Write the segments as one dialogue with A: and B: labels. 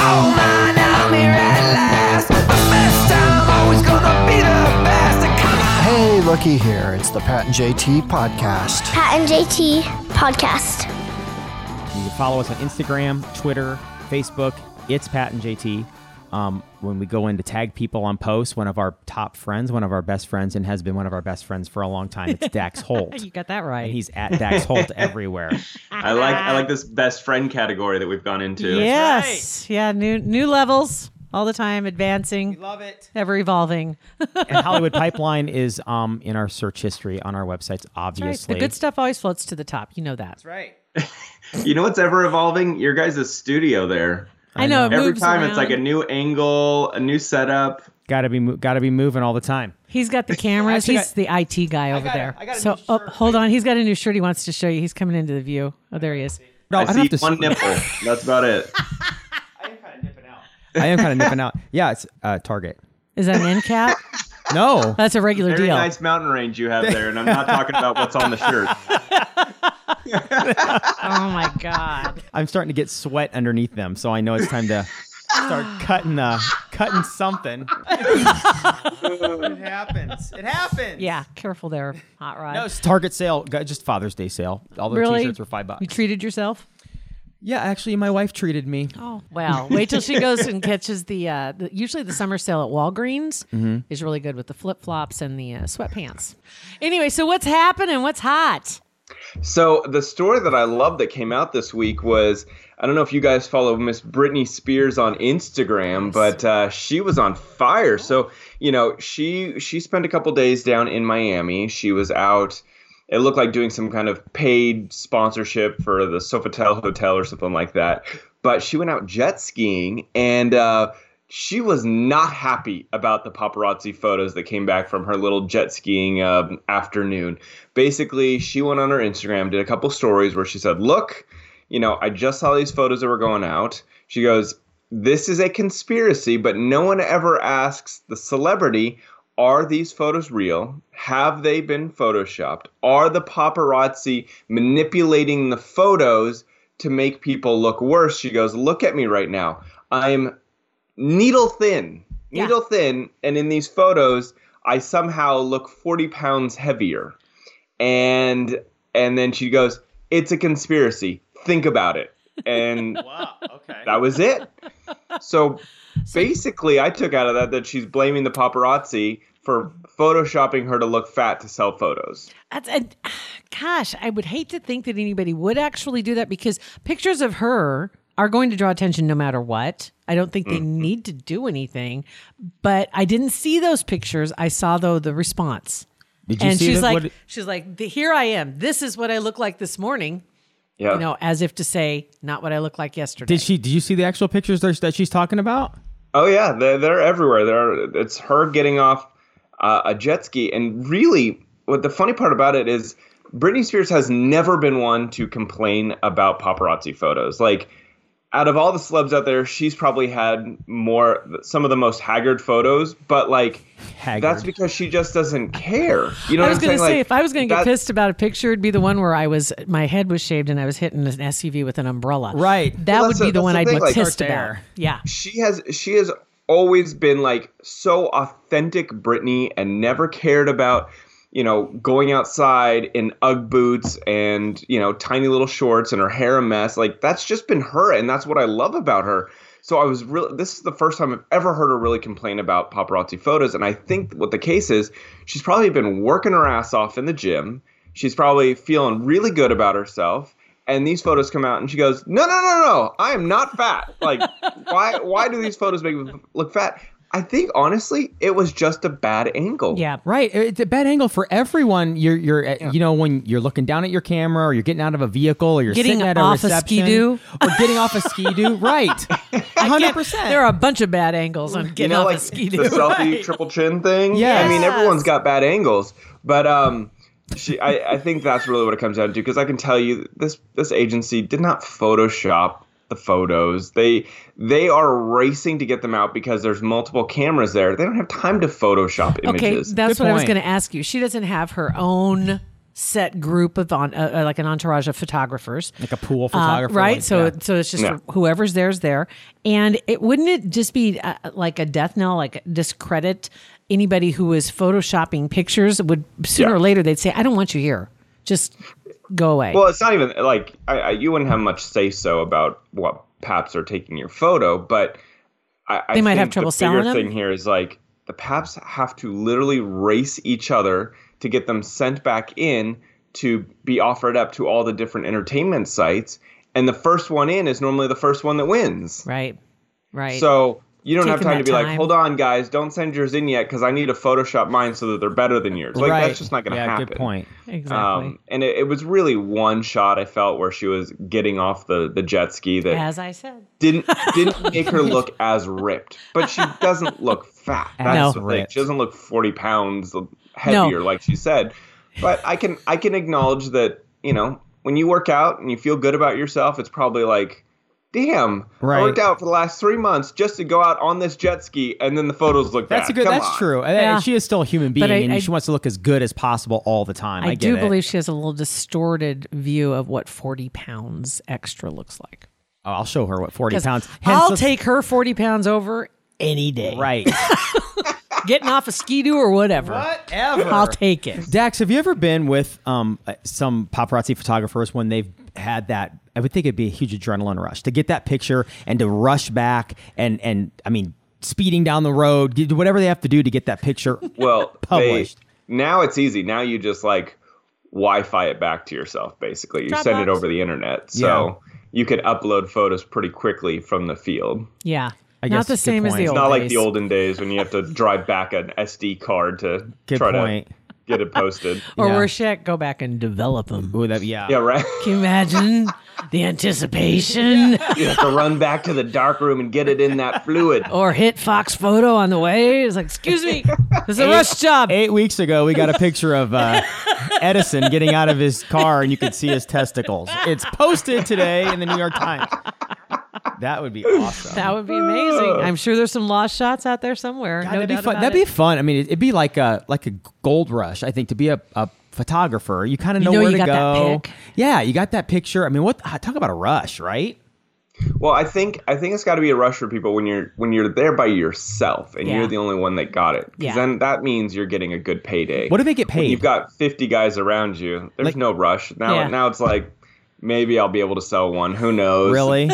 A: Oh man, I'm here at last. The best time, always gonna be the best. And come on.
B: Hey, looky here. It's the Pat and JT podcast.
C: Pat and JT podcast.
D: You can follow us on Instagram, Twitter, Facebook. It's Pat and JT. Um, when we go in to tag people on posts, one of our top friends, one of our best friends, and has been one of our best friends for a long time, it's Dax Holt.
E: You got that right.
D: and he's at Dax Holt everywhere.
F: I like I like this best friend category that we've gone into.
E: yes. Yeah. New new levels all the time, advancing. Love it. Ever evolving.
D: And Hollywood Pipeline is um, in our search history on our websites,
E: Right.
D: obviously.
E: The good stuff always floats to the top. You know that. That's right.
F: You know what's ever evolving? Your guys' studio there.
E: I know. it
F: Every
E: moves
F: time
E: around.
F: it's like a new angle, a new setup.
D: Gotta be, mo- gotta be moving all the time.
E: He's got the cameras. he's the IT guy over there. so oh, hold on. He's got a new shirt he wants to show you. He's coming into the view. Oh, there he is.
D: No,
F: I,
D: don't
F: see
D: have to-
F: one nipple. That's about it.
D: I am kind of nipping out. Yeah, it's uh, Target.
E: Is that an end cap?
D: No,
E: That's a regular
F: Very
E: deal.
F: nice mountain range you have there, and I'm not talking about what's on the shirt.
E: Oh my god.
D: I'm starting to get sweat underneath them, so I know it's time to start cutting, uh, cutting something. it happens. It happens.
E: Yeah. Careful there, hot rod.
D: No, it's Target sale, gu- just Father's Day sale. All their
E: really?
D: T-shirts are five bucks.
E: You treated yourself.
D: yeah, actually, my wife treated me.
E: Oh well, wait till she goes and catches the, uh, the usually the summer sale at Walgreens
D: Mm-hmm.
E: is really good with the flip flops and the uh, sweatpants. Anyway, so what's happening? What's hot?
F: So the story that I love that came out this week was I don't know if you guys follow Miss Britney Spears on Instagram, but uh, she was on fire. So you know she she spent a couple days down in Miami. She was out. It looked like doing some kind of paid sponsorship for the Sofitel Hotel or something like that. But she went out jet skiing and. Uh, she was not happy about the paparazzi photos that came back from her little jet skiing um, afternoon. Basically, she went on her Instagram, did a couple stories where she said, Look, you know, I just saw these photos that were going out. She goes, This is a conspiracy, but no one ever asks the celebrity, Are these photos real? Have they been photoshopped? Are the paparazzi manipulating the photos to make people look worse? She goes, Look at me right now. I'm needle thin,
E: Yeah.
F: needle thin, and in these photos, I somehow look 40 pounds heavier. And and then she goes, "It's a conspiracy. Think about it." And wow, okay. That was it. So basically, I took out of that that she's blaming the paparazzi for photoshopping her to look fat to sell photos.
E: That's a, gosh, I would hate to think that anybody would actually do that because pictures of her are going to draw attention no matter what. I don't think they
D: Mm-hmm.
E: need to do anything, but I didn't see those pictures. I saw though the response.
D: Did
E: and
D: that-
E: she's like,
D: what-
E: she's like, "The- here I am. This is what I look like this morning.
F: Yeah.
E: You know, as if to say, not what I look like yesterday.
D: did she? Did you see the actual pictures there that she's talking about?
F: Oh yeah, they're, they're everywhere. They're, it's her getting off uh, a jet ski, and really, what the funny part about it is, Britney Spears has never been one to complain about paparazzi photos. Like, out of all the celebs out there, she's probably had more, some of the most haggard photos. But like,
D: Haggard.
F: that's because she just doesn't care. You know
E: I
F: what
E: was
F: I'm
E: going to
F: saying?
E: say,
F: Like,
E: if I was going to get
F: that-
E: pissed about a picture, it'd be the one where I was, my head was shaved and I was hitting an SUV with an umbrella.
D: Right.
E: That
F: Well,
E: would
F: that's
E: be the
F: the- that's
E: one
F: the
E: I'd
F: thing,
E: be
F: like,
E: pissed
D: start
E: about.
D: there.
E: Yeah.
F: she has she has always been like so authentic Britney and never cared about you know going outside in UGG boots and you know tiny little shorts and her hair a mess like that's just been her and that's what I love about her. So I was really this is the first time I've ever heard her really complain about paparazzi photos and I think what the case is she's probably been working her ass off in the gym. She's probably feeling really good about herself and these photos come out and she goes no no no no i am not fat like why why do these photos make me look fat I think honestly, it was just a bad angle.
E: Yeah.
D: Right, it's a bad angle for everyone. You're, you're, uh, you know, when you're looking down at your camera, or you're getting out of a vehicle, or you're
E: Getting
D: sitting at
E: off
D: a
E: a
D: reception,
E: skidoo.
D: or getting off a ski doo. Right, hundred percent.
E: There are a bunch of bad angles on getting
F: you know,
E: off
F: like
E: a ski
F: the selfie triple chin thing.
D: Yes.
F: I mean,
D: Yes.
F: everyone's got bad angles, but um, she, I, I think that's really what it comes down to because I can tell you this this agency did not Photoshop the photos. They they are racing to get them out because there's multiple cameras there. They don't have time to Photoshop
E: Okay,
F: images.
E: that's
D: Good
E: what I was
D: point.
E: going to ask you. She doesn't have her own set group of on uh, uh, like an entourage of photographers.
D: like a pool
E: Uh,
D: photographer,
E: right?
D: like,
E: so,
D: yeah.
E: so it's just
F: Yeah.
E: whoever's there is there, and it wouldn't it just be uh, like a death knell, like discredit anybody who is photoshopping pictures? Would sooner
F: Yeah.
E: or later they'd say, "I don't want you here. Just go away."
F: Well, it's not even like I, I, you wouldn't have much say so about what paps are taking your photo, but I, I
E: They might
F: think
E: have trouble
F: the bigger
E: selling 'em?
F: thing here is like the paps have to literally race each other to get them sent back in to be offered up to all the different entertainment sites, and the first one in is normally the first one that wins.
E: right, right.
F: So. You don't have
E: Taking
F: time to
E: that
F: be like,
E: time.
F: hold on, guys, don't send yours in yet because I need to Photoshop mine so that they're better than yours. Like,
D: right.
F: that's just not going to
D: yeah,
F: happen.
D: Good point.
E: exactly.
F: Um, and it, it was really one shot I felt where she was getting off the, the jet ski that
E: As I said.
F: didn't didn't make her look as ripped, but she doesn't look fat.
D: No.
F: That's the thing.
D: ripped.
F: She doesn't look forty pounds heavier, like she said. But I can I can acknowledge that you know when you work out and you feel good about yourself, it's probably like. Damn!
D: Right.
F: I worked out for the last three months just to go out on this jet ski, and then the photos look
D: That's
F: bad.
D: a good.
F: Come
D: that's
F: on.
D: true. And-
E: Yeah.
D: and she is still a human being,
E: I-
D: and
E: I-
D: she wants to look as good as possible all the time. I,
E: I, do
D: get it.
E: believe she has a little distorted view of what 40 pounds extra looks like.
D: Oh, I'll show her what forty
E: 'Cause
D: pounds. Hence
E: I'll
D: this-
E: take her 40 pounds over any day.
D: right.
E: Getting off a ski doo or whatever.
D: Whatever.
E: I'll take it.
D: Dax, have you ever been with um, uh, some paparazzi photographers when they've had that? I would think it'd be a huge adrenaline rush to get that picture and to rush back and and I mean, speeding down the road, do whatever they have to do to get that picture.
F: Well, they-
D: Published.
F: now it's easy. Now you just like Wi-Fi it back to yourself. Basically, you send it
E: Dropbox.
F: over the internet, so you could upload photos pretty quickly from the field.
E: Yeah.
D: I
E: Not
D: guess
E: the
D: it's a good
E: same as
D: point.
E: the
D: It's
E: old
F: Not like
E: days.
F: the olden days when you have to drive back an SD card to
D: Good
F: try
D: point.
F: to get it posted.
E: Or
D: Yeah.
E: worse yet, go back and develop them.
D: Ooh, that, yeah.
F: Yeah, right.
E: Can you imagine the anticipation?
F: You have to run back to the dark room and get it in that fluid.
E: Or hit Fox Photo on the way. It's like, excuse me, this is a rush job.
D: Eight weeks ago, we got a picture of uh, Edison getting out of his car, and you could see his testicles. It's posted today in the New York Times. That would be awesome.
E: That would be amazing. I'm sure there's some lost shots out there somewhere.
D: God,
E: no
D: that'd be
E: doubt
D: fun.
E: about
D: That'd
E: it.
D: be fun. I mean, it'd be like a like a gold rush. I think to be a, a photographer, you kind of know,
E: know
D: where
E: you
D: to
E: got that
D: go.
E: pic.
D: Yeah, you got that picture. I mean, what ah, talk about a rush, right?
F: Well, I think I think it's got to be a rush for people when you're when you're there by yourself and
E: Yeah.
F: you're the only one that got it. 'Cause
E: Yeah.
F: then that means you're getting a good payday.
D: What do they get
F: when
D: paid?
F: you've got 50 guys around you there's
D: Like-
F: no rush now
E: Yeah.
F: now it's like maybe i'll be able to sell one who knows
D: really?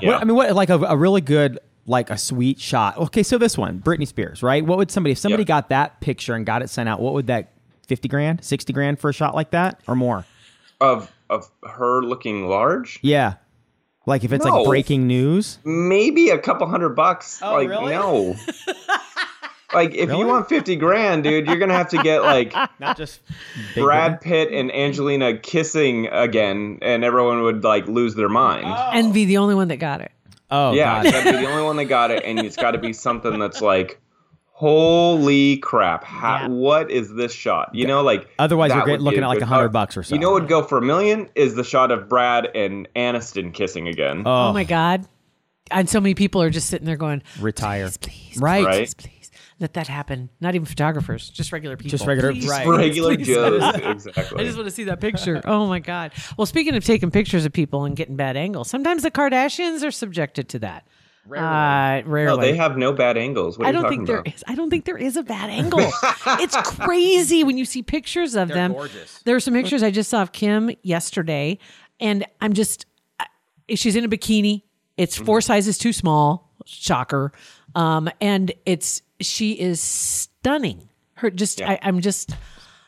F: Yeah.
D: I mean, what like a, a really good like a sweet shot. Okay, so this one, Britney Spears, right? What would somebody if somebody
F: Yeah.
D: got that picture and got it sent out? What would that fifty grand, sixty grand for a shot like that, or more?
F: of of her looking large
D: Yeah, like if it's like
F: No.
D: breaking news.
F: maybe a couple hundred bucks
D: Oh,
F: like
D: really?
F: no like if
D: Really?
F: you want 50 grand dude you're gonna have to get like
D: Not just
F: brad pitt and angelina kissing again and everyone would like lose their mind
E: and be the only one that got it.
D: Oh
F: yeah
D: God.
F: it's gotta be the only one that got it and it's gotta be something that's like holy crap how, what is this shot you know like
D: Otherwise,
F: that
D: you're
F: would be
D: looking at like
F: good
D: a hundred
F: shot.
D: bucks or so.
F: You know what would go for a million is the shot of Brad and Aniston kissing again.
E: Oh, my God. And so many people are just sitting there going,
D: retire.
E: please, please,
D: Right.
F: Right.
E: please, please, let that happen. Not even photographers, just regular people.
D: Just regular,
E: Please.
D: right.
F: Regular Joe's,
E: I
F: exactly.
E: just want to see that picture. Oh my God. Well, speaking of taking pictures of people and getting bad angles, sometimes the Kardashians are subjected to that. Rarely. Uh,
F: No,
E: rarely.
F: they have no bad angles. What are
E: I
F: you
E: don't
F: talking
E: think there
F: about?
E: is. I don't think there is a bad angle. it's crazy when you see pictures of them.
D: gorgeous.
E: There are some pictures I just saw of Kim yesterday, and I'm just I- she's in a bikini. It's four
F: Mm-hmm.
E: sizes too small. Shocker. Um, and it's she is stunning. Her just I, I'm just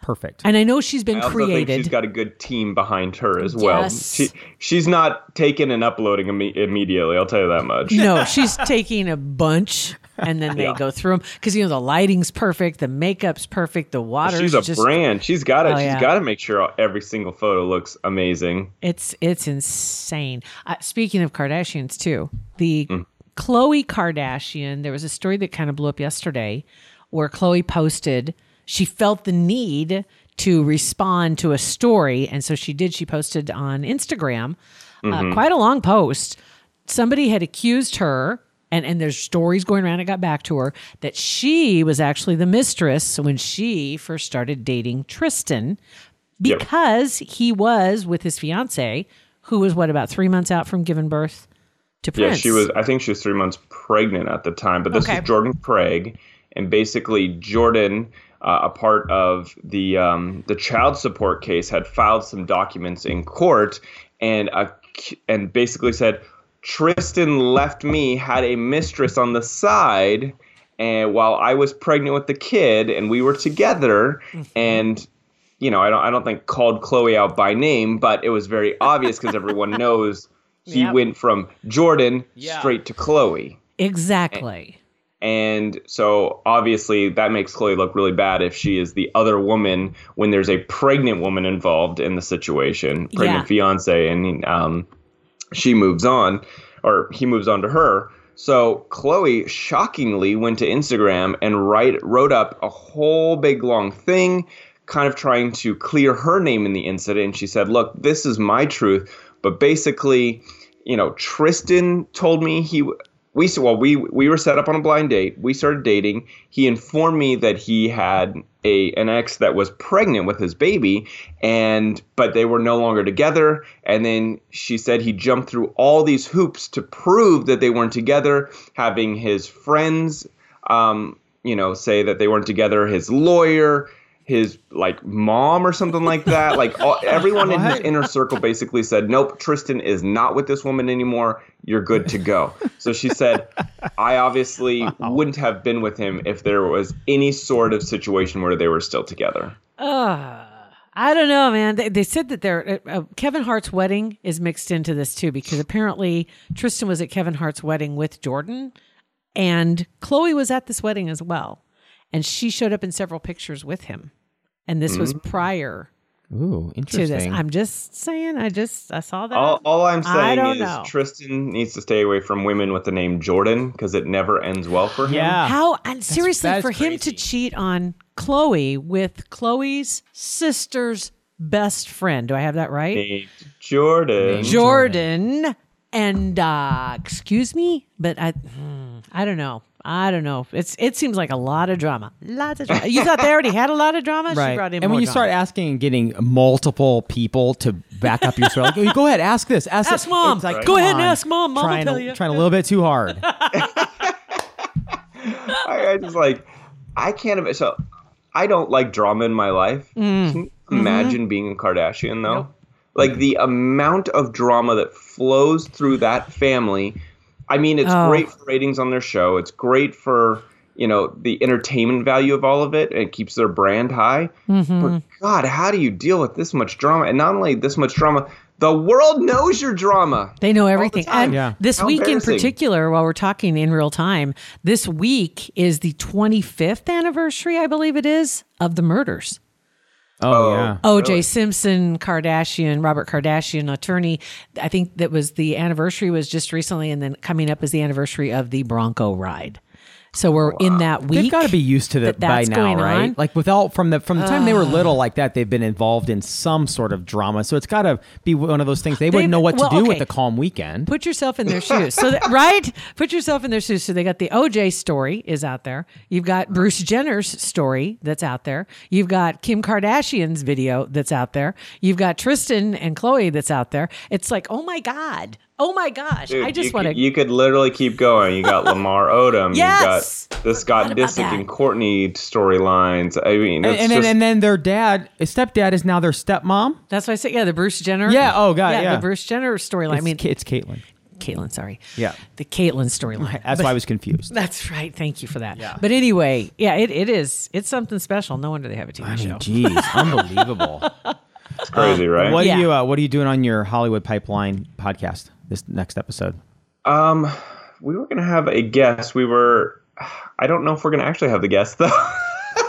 D: Perfect.
E: and I know she's been
F: I also
E: created.
F: think she's got a good team behind her as well.
E: Yes.
F: She she's not taken and uploading imme- immediately. I'll tell you that much.
E: No, she's taking a bunch and then they go through them because you know the lighting's perfect, the makeup's perfect, the water.
F: She's a
E: just,
F: brand. She's got to.
E: Oh,
F: She's
E: yeah.
F: got to make sure every single photo looks amazing.
E: It's it's insane. Uh, speaking of Kardashians, too, the Chloe Kardashian. There was a story that kind of blew up yesterday, where Chloe posted she felt the need to respond to a story, and so she did. She posted on Instagram uh, quite a long post. Somebody had accused her. And, and there's stories going around. It got back to her that she was actually the mistress when she first started dating Tristan, because he was with his fiance, who was what about three months out from giving birth to
F: Yeah,
E: Prince.
F: she was. I think she was three months pregnant at the time. But this
E: Okay.
F: was Jordan Craig, and basically Jordan, uh, a part of the um, the child support case, had filed some documents in court, and a, and basically said Tristan left me, had a mistress on the side, and while I was pregnant with the kid, and we were together,
E: Mm-hmm.
F: and you know, I don't, I don't think called Chloe out by name, but it was very obvious because everyone knows he
E: Yep.
F: went from Jordan straight to Chloe.
E: exactly.
F: And so obviously that makes Chloe look really bad if she is the other woman when there's a pregnant woman involved in the situation,
E: Yeah.
F: pregnant fiance, and um, she moves on, or he moves on to her. So Chloe shockingly went to Instagram and write, wrote up a whole big long thing, kind of trying to clear her name in the incident. She said, "Look, this is my truth, but basically, you know, Tristan told me he." w- We s- well, we we were set up on a blind date. We started dating. He informed me that he had a an ex that was pregnant with his baby and but they were no longer together and then she said he jumped through all these hoops to prove that they weren't together having his friends um you know say that they weren't together his lawyer his like mom or something like that like all, everyone in his inner circle basically said nope tristan is not with this woman anymore you're good to go so she said i obviously wouldn't have been with him if there was any sort of situation where they were still together
E: Ugh. I don't know, man. They, they said that their uh, uh, Kevin Hart's wedding is mixed into this too because apparently Tristan was at Kevin Hart's wedding with Jordan, and Chloe was at this wedding as well, and she showed up in several pictures with him, and this was
F: Mm-hmm.
E: prior
D: Ooh,
E: to
D: interesting.
E: this. I'm just saying. I just I saw that.
F: All, all I'm
E: I
F: saying
E: don't
F: is
E: know.
F: Tristan needs to stay away from women with the name Jordan because it never ends well for him.
D: yeah.
E: How and seriously
D: that is
E: for him to
D: crazy.
E: cheat on Chloe with Chloe's sister's best friend. Do I have that right?
F: Named Jordan.
E: Jordan. And uh excuse me, but I hmm, I don't know. I don't know. It's it seems like a lot of drama. Lots of drama. You thought they already had a lot of drama? She
D: Right.
E: brought in
D: and
E: more
D: when you
E: drama.
D: start asking and getting multiple people to back up your story, like, "Oh, go ahead, ask this, ask,
E: Ask
D: this."
E: mom.
D: It's like,
E: Go
D: come
E: ahead and
D: on,
E: ask mom. Mom will
D: trying
E: tell
D: a,
E: you.
D: Trying a little bit too hard.
F: I, I just like, I can't imagine. So, I don't like drama in my life. Can you imagine being a Kardashian, though? Like the amount of drama that flows through that family. I mean, it's
E: Oh.
F: great for ratings on their show. It's great for you know the entertainment value of all of it, and it keeps their brand high. But God, how do you deal with this much drama? And not only this much drama, the world knows your drama.
E: They know everything.
F: time.
E: And
D: Yeah.
E: this
F: How
E: week in
F: embarrassing.
E: particular, while we're talking in real time, this week is the 25th anniversary, I believe it is, of the murders.
D: Oh, yeah.
E: OJ Simpson, Kardashian, Robert Kardashian, attorney. I think that was the anniversary was just recently, and then coming up is the anniversary of the Bronco ride. So we're in that week.
D: They've got to be used to that
E: that
D: by
E: that's
D: now,
E: going
D: right?
E: on. Uh.
D: Like without from the from the time they were little, like that, they've been involved in some sort of drama. So it's got to be one of those things they
E: They've-
D: wouldn't know what to
E: well,
D: do
E: okay.
D: with a calm weekend.
E: put yourself in their shoes. So that, right, put yourself in their shoes. So they got the OJ story is out there. You've got Bruce Jenner's story that's out there. You've got Kim Kardashian's video that's out there. You've got Tristan and Chloe that's out there. It's like, oh my god, oh my gosh,
F: Dude,
E: I
F: you
E: just want
F: could-
E: to.
F: You could literally keep going. You got Lamar Odom.
E: Yes!
F: You got the Scott Disick and Courtney storylines. I mean,
D: And,
F: it's
D: and, then
F: just,
D: and then their dad, his stepdad, is now their stepmom.
E: That's why I said, yeah, the Bruce Jenner.
D: Yeah, oh, God, yeah.
E: the Bruce Jenner storyline. I
D: It's,
E: mean,
D: Ca- it's Caitlyn.
E: Caitlyn, sorry.
D: Yeah.
E: the Caitlyn storyline.
D: That's why I was confused.
E: That's right. Thank you for that. But anyway, yeah, it, it is. It's something special. No wonder they have a TV
D: I
E: show.
D: mean, geez, unbelievable.
F: it's crazy, right?
D: What
E: Yeah.
D: are you uh, What are you doing on your Hollywood Pipeline podcast this next episode?
F: Um, we were gonna have a guest. We were I don't know if we're going to actually have the guest though.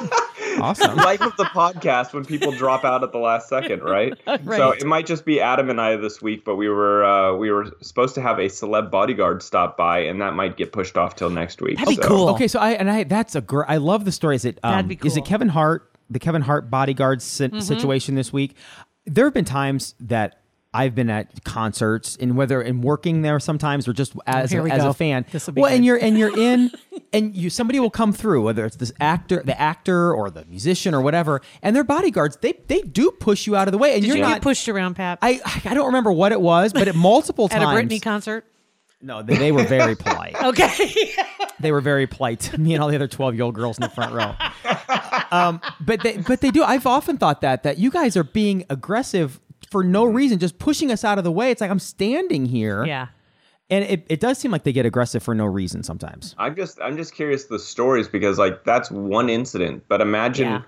D: Awesome.
F: Life of the podcast when people drop out at the last second, right? So
E: Right.
F: it might just be Adam and I this week, but we were uh, we were supposed to have a celeb bodyguard stop by, and that might get pushed off till next week.
E: That'd be
F: So-
E: cool.
D: Okay, so I and I that's a gr- I love the story. Is it um,
E: That'd be
D: is it
E: cool. Mm-hmm.
D: Kevin Hart the Kevin Hart bodyguard si- situation this week? There have been times that I've been at concerts and whether in working there sometimes or just as
E: Oh, here we
D: as
E: go.
D: a fan.
E: This'll be
D: Well, and
E: good.
D: you're and you're in and you somebody will come through whether it's this actor the actor or the musician or whatever and their bodyguards they they do push you out of the way and
E: Did
D: you're
E: you
D: not
E: get pushed around, Pap?
D: I I don't remember what it was, but at multiple
E: at a
D: times
E: Britney concert.
D: no, they, they were very polite.
E: Okay.
D: they were very polite to me and all the other 12 year old girls in the front row um, but they but they do i've often thought that that you guys are being aggressive for no
F: Mm-hmm.
D: reason just pushing us out of the way it's like i'm standing here
E: yeah.
D: and it, it does seem like they get aggressive for no reason sometimes
F: I'm just I'm just curious the stories because like that's one incident, but imagine
E: Yeah.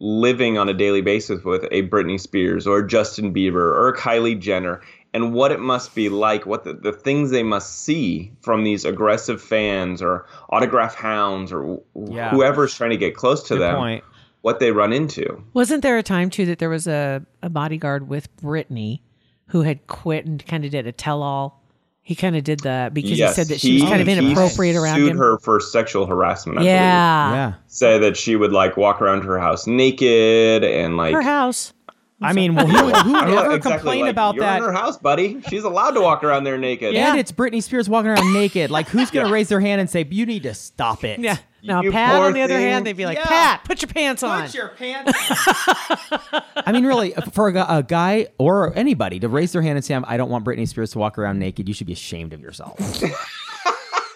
F: living on a daily basis with a Britney Spears or Justin Bieber or Kylie Jenner and what it must be like, what the, the things they must see from these aggressive fans or autograph hounds or wh-
D: Yeah.
F: whoever's trying to get close to
D: Good
F: them,
D: point.
F: what they run into.
E: Wasn't there a time too that there was a, a bodyguard with Brittany who had quit and kind of did a tell all? He kind of did that because he said that she was kind of
F: he
E: inappropriate around
F: sued
E: him.
F: her for sexual harassment. I believe.
E: yeah.
D: yeah
F: say that she would like walk around her house naked and like
E: Her house.
D: i mean well who, would- who would
F: I don't know
D: ever
F: exactly,
D: complain
F: like,
D: about
F: You're
D: that
F: in her house, buddy. She's allowed to walk around there naked.
D: and it's Britney Spears walking around naked. Like, who's going to raise their hand and say, "You need to stop it"?
E: Yeah. Now,
F: You
E: Pat,
F: poor
E: on the other
F: thing.
E: hand, they'd be like,
D: Yeah.
E: Pat, put your pants on.
D: pants. I mean, really, uh, for a, gu- a guy or anybody to raise their hand and say, "I don't want Britney Spears to walk around naked," you should be ashamed of yourself,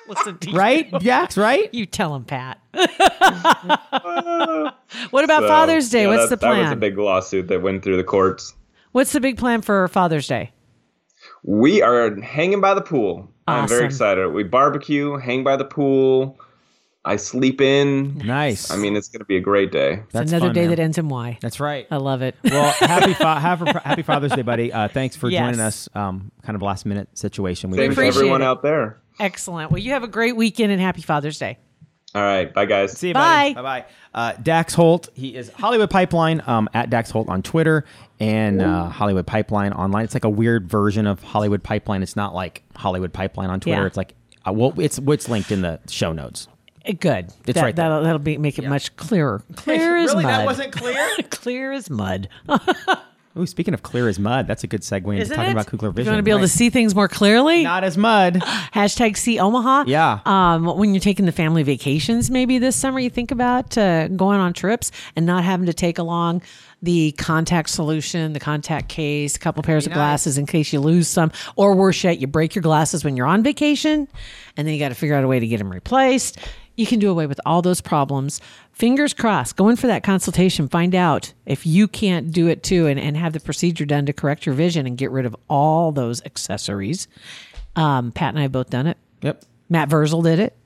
E: Listen to you.
D: right? Yax, right?
E: You tell him, Pat. what about
F: So,
E: Father's Day?
F: yeah,
E: What's
F: that-
E: the plan?
F: That was a big lawsuit that went through the courts.
E: What's the big plan for Father's Day?
F: We are hanging by the pool. I'm very
E: Awesome.
F: excited. We barbecue, hang by the pool. I sleep in.
D: Nice.
F: I mean, it's going to be a great day.
D: That's
E: Another
D: fun,
E: day
D: man.
E: that ends in Y.
D: That's right.
E: I love it.
D: Well, happy fa- have a- happy Father's Day, buddy. Uh, thanks for
E: Yes.
D: joining us. Um, kind of last minute situation. We
F: Thanks
D: appreciate
E: Appreciate
F: everyone
E: it.
F: out there.
E: Excellent. Well, you have a great weekend and happy Father's Day.
F: All right. Bye, guys.
D: See you,
E: Bye.
D: Bye, bye. Uh, Dax Holt. He is Hollywood Pipeline um, at Dax Holt on Twitter and uh, Hollywood Pipeline online. It's like a weird version of Hollywood Pipeline. It's not like Hollywood Pipeline on Twitter.
E: Yeah.
D: It's like uh, well, it's what's linked in the show notes.
E: Eh, Good.
D: It's
E: that,
D: right there.
E: That'll, that'll be, make it much clearer. Clear as mud.
D: clear.
E: clear as mud.
D: Ooh, speaking of clear as mud, that's a good segue into
E: Isn't
D: talking
E: it?
D: about Kugler Vision.
E: You want to be able to
D: Right.
E: see things more clearly?
D: not as mud.
E: Hashtag see Omaha.
D: Yeah.
E: Um, when you're taking the family vacations, maybe this summer, you think about uh, going on trips and not having to take along the contact solution, the contact case, a couple pairs of glasses in case you lose some, or worse yet, you break your glasses when you're on vacation, and then you got to figure out a way to get them replaced. You can do away with all those problems. Fingers crossed. Go in for that consultation. Find out if you can't do it too and, and have the procedure done to correct your vision and get rid of all those accessories. Um, Pat and I have both done it.
D: Yep.
E: Matt Verzel did it.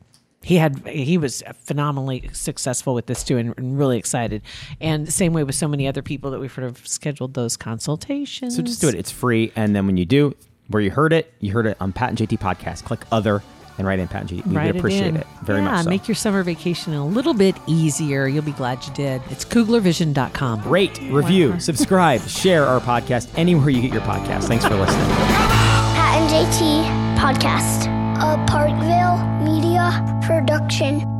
E: He had he was phenomenally successful with this too, and, and really excited. And same way with so many other people that we've sort of scheduled those consultations.
D: So just do it. It's free. And then when you do, where you heard it, you heard it on Pat and JT podcast. Click other and write in Pat and JT. We
E: Write
D: would appreciate
E: in.
D: it, very
E: yeah,
D: much. So.
E: Make your summer vacation a little bit easier. You'll be glad you did. It's KuglerVision.com.
D: rate, review, subscribe, share our podcast anywhere you get your podcast. Thanks for listening.
C: Pat and JT Podcast, a Parkville media production.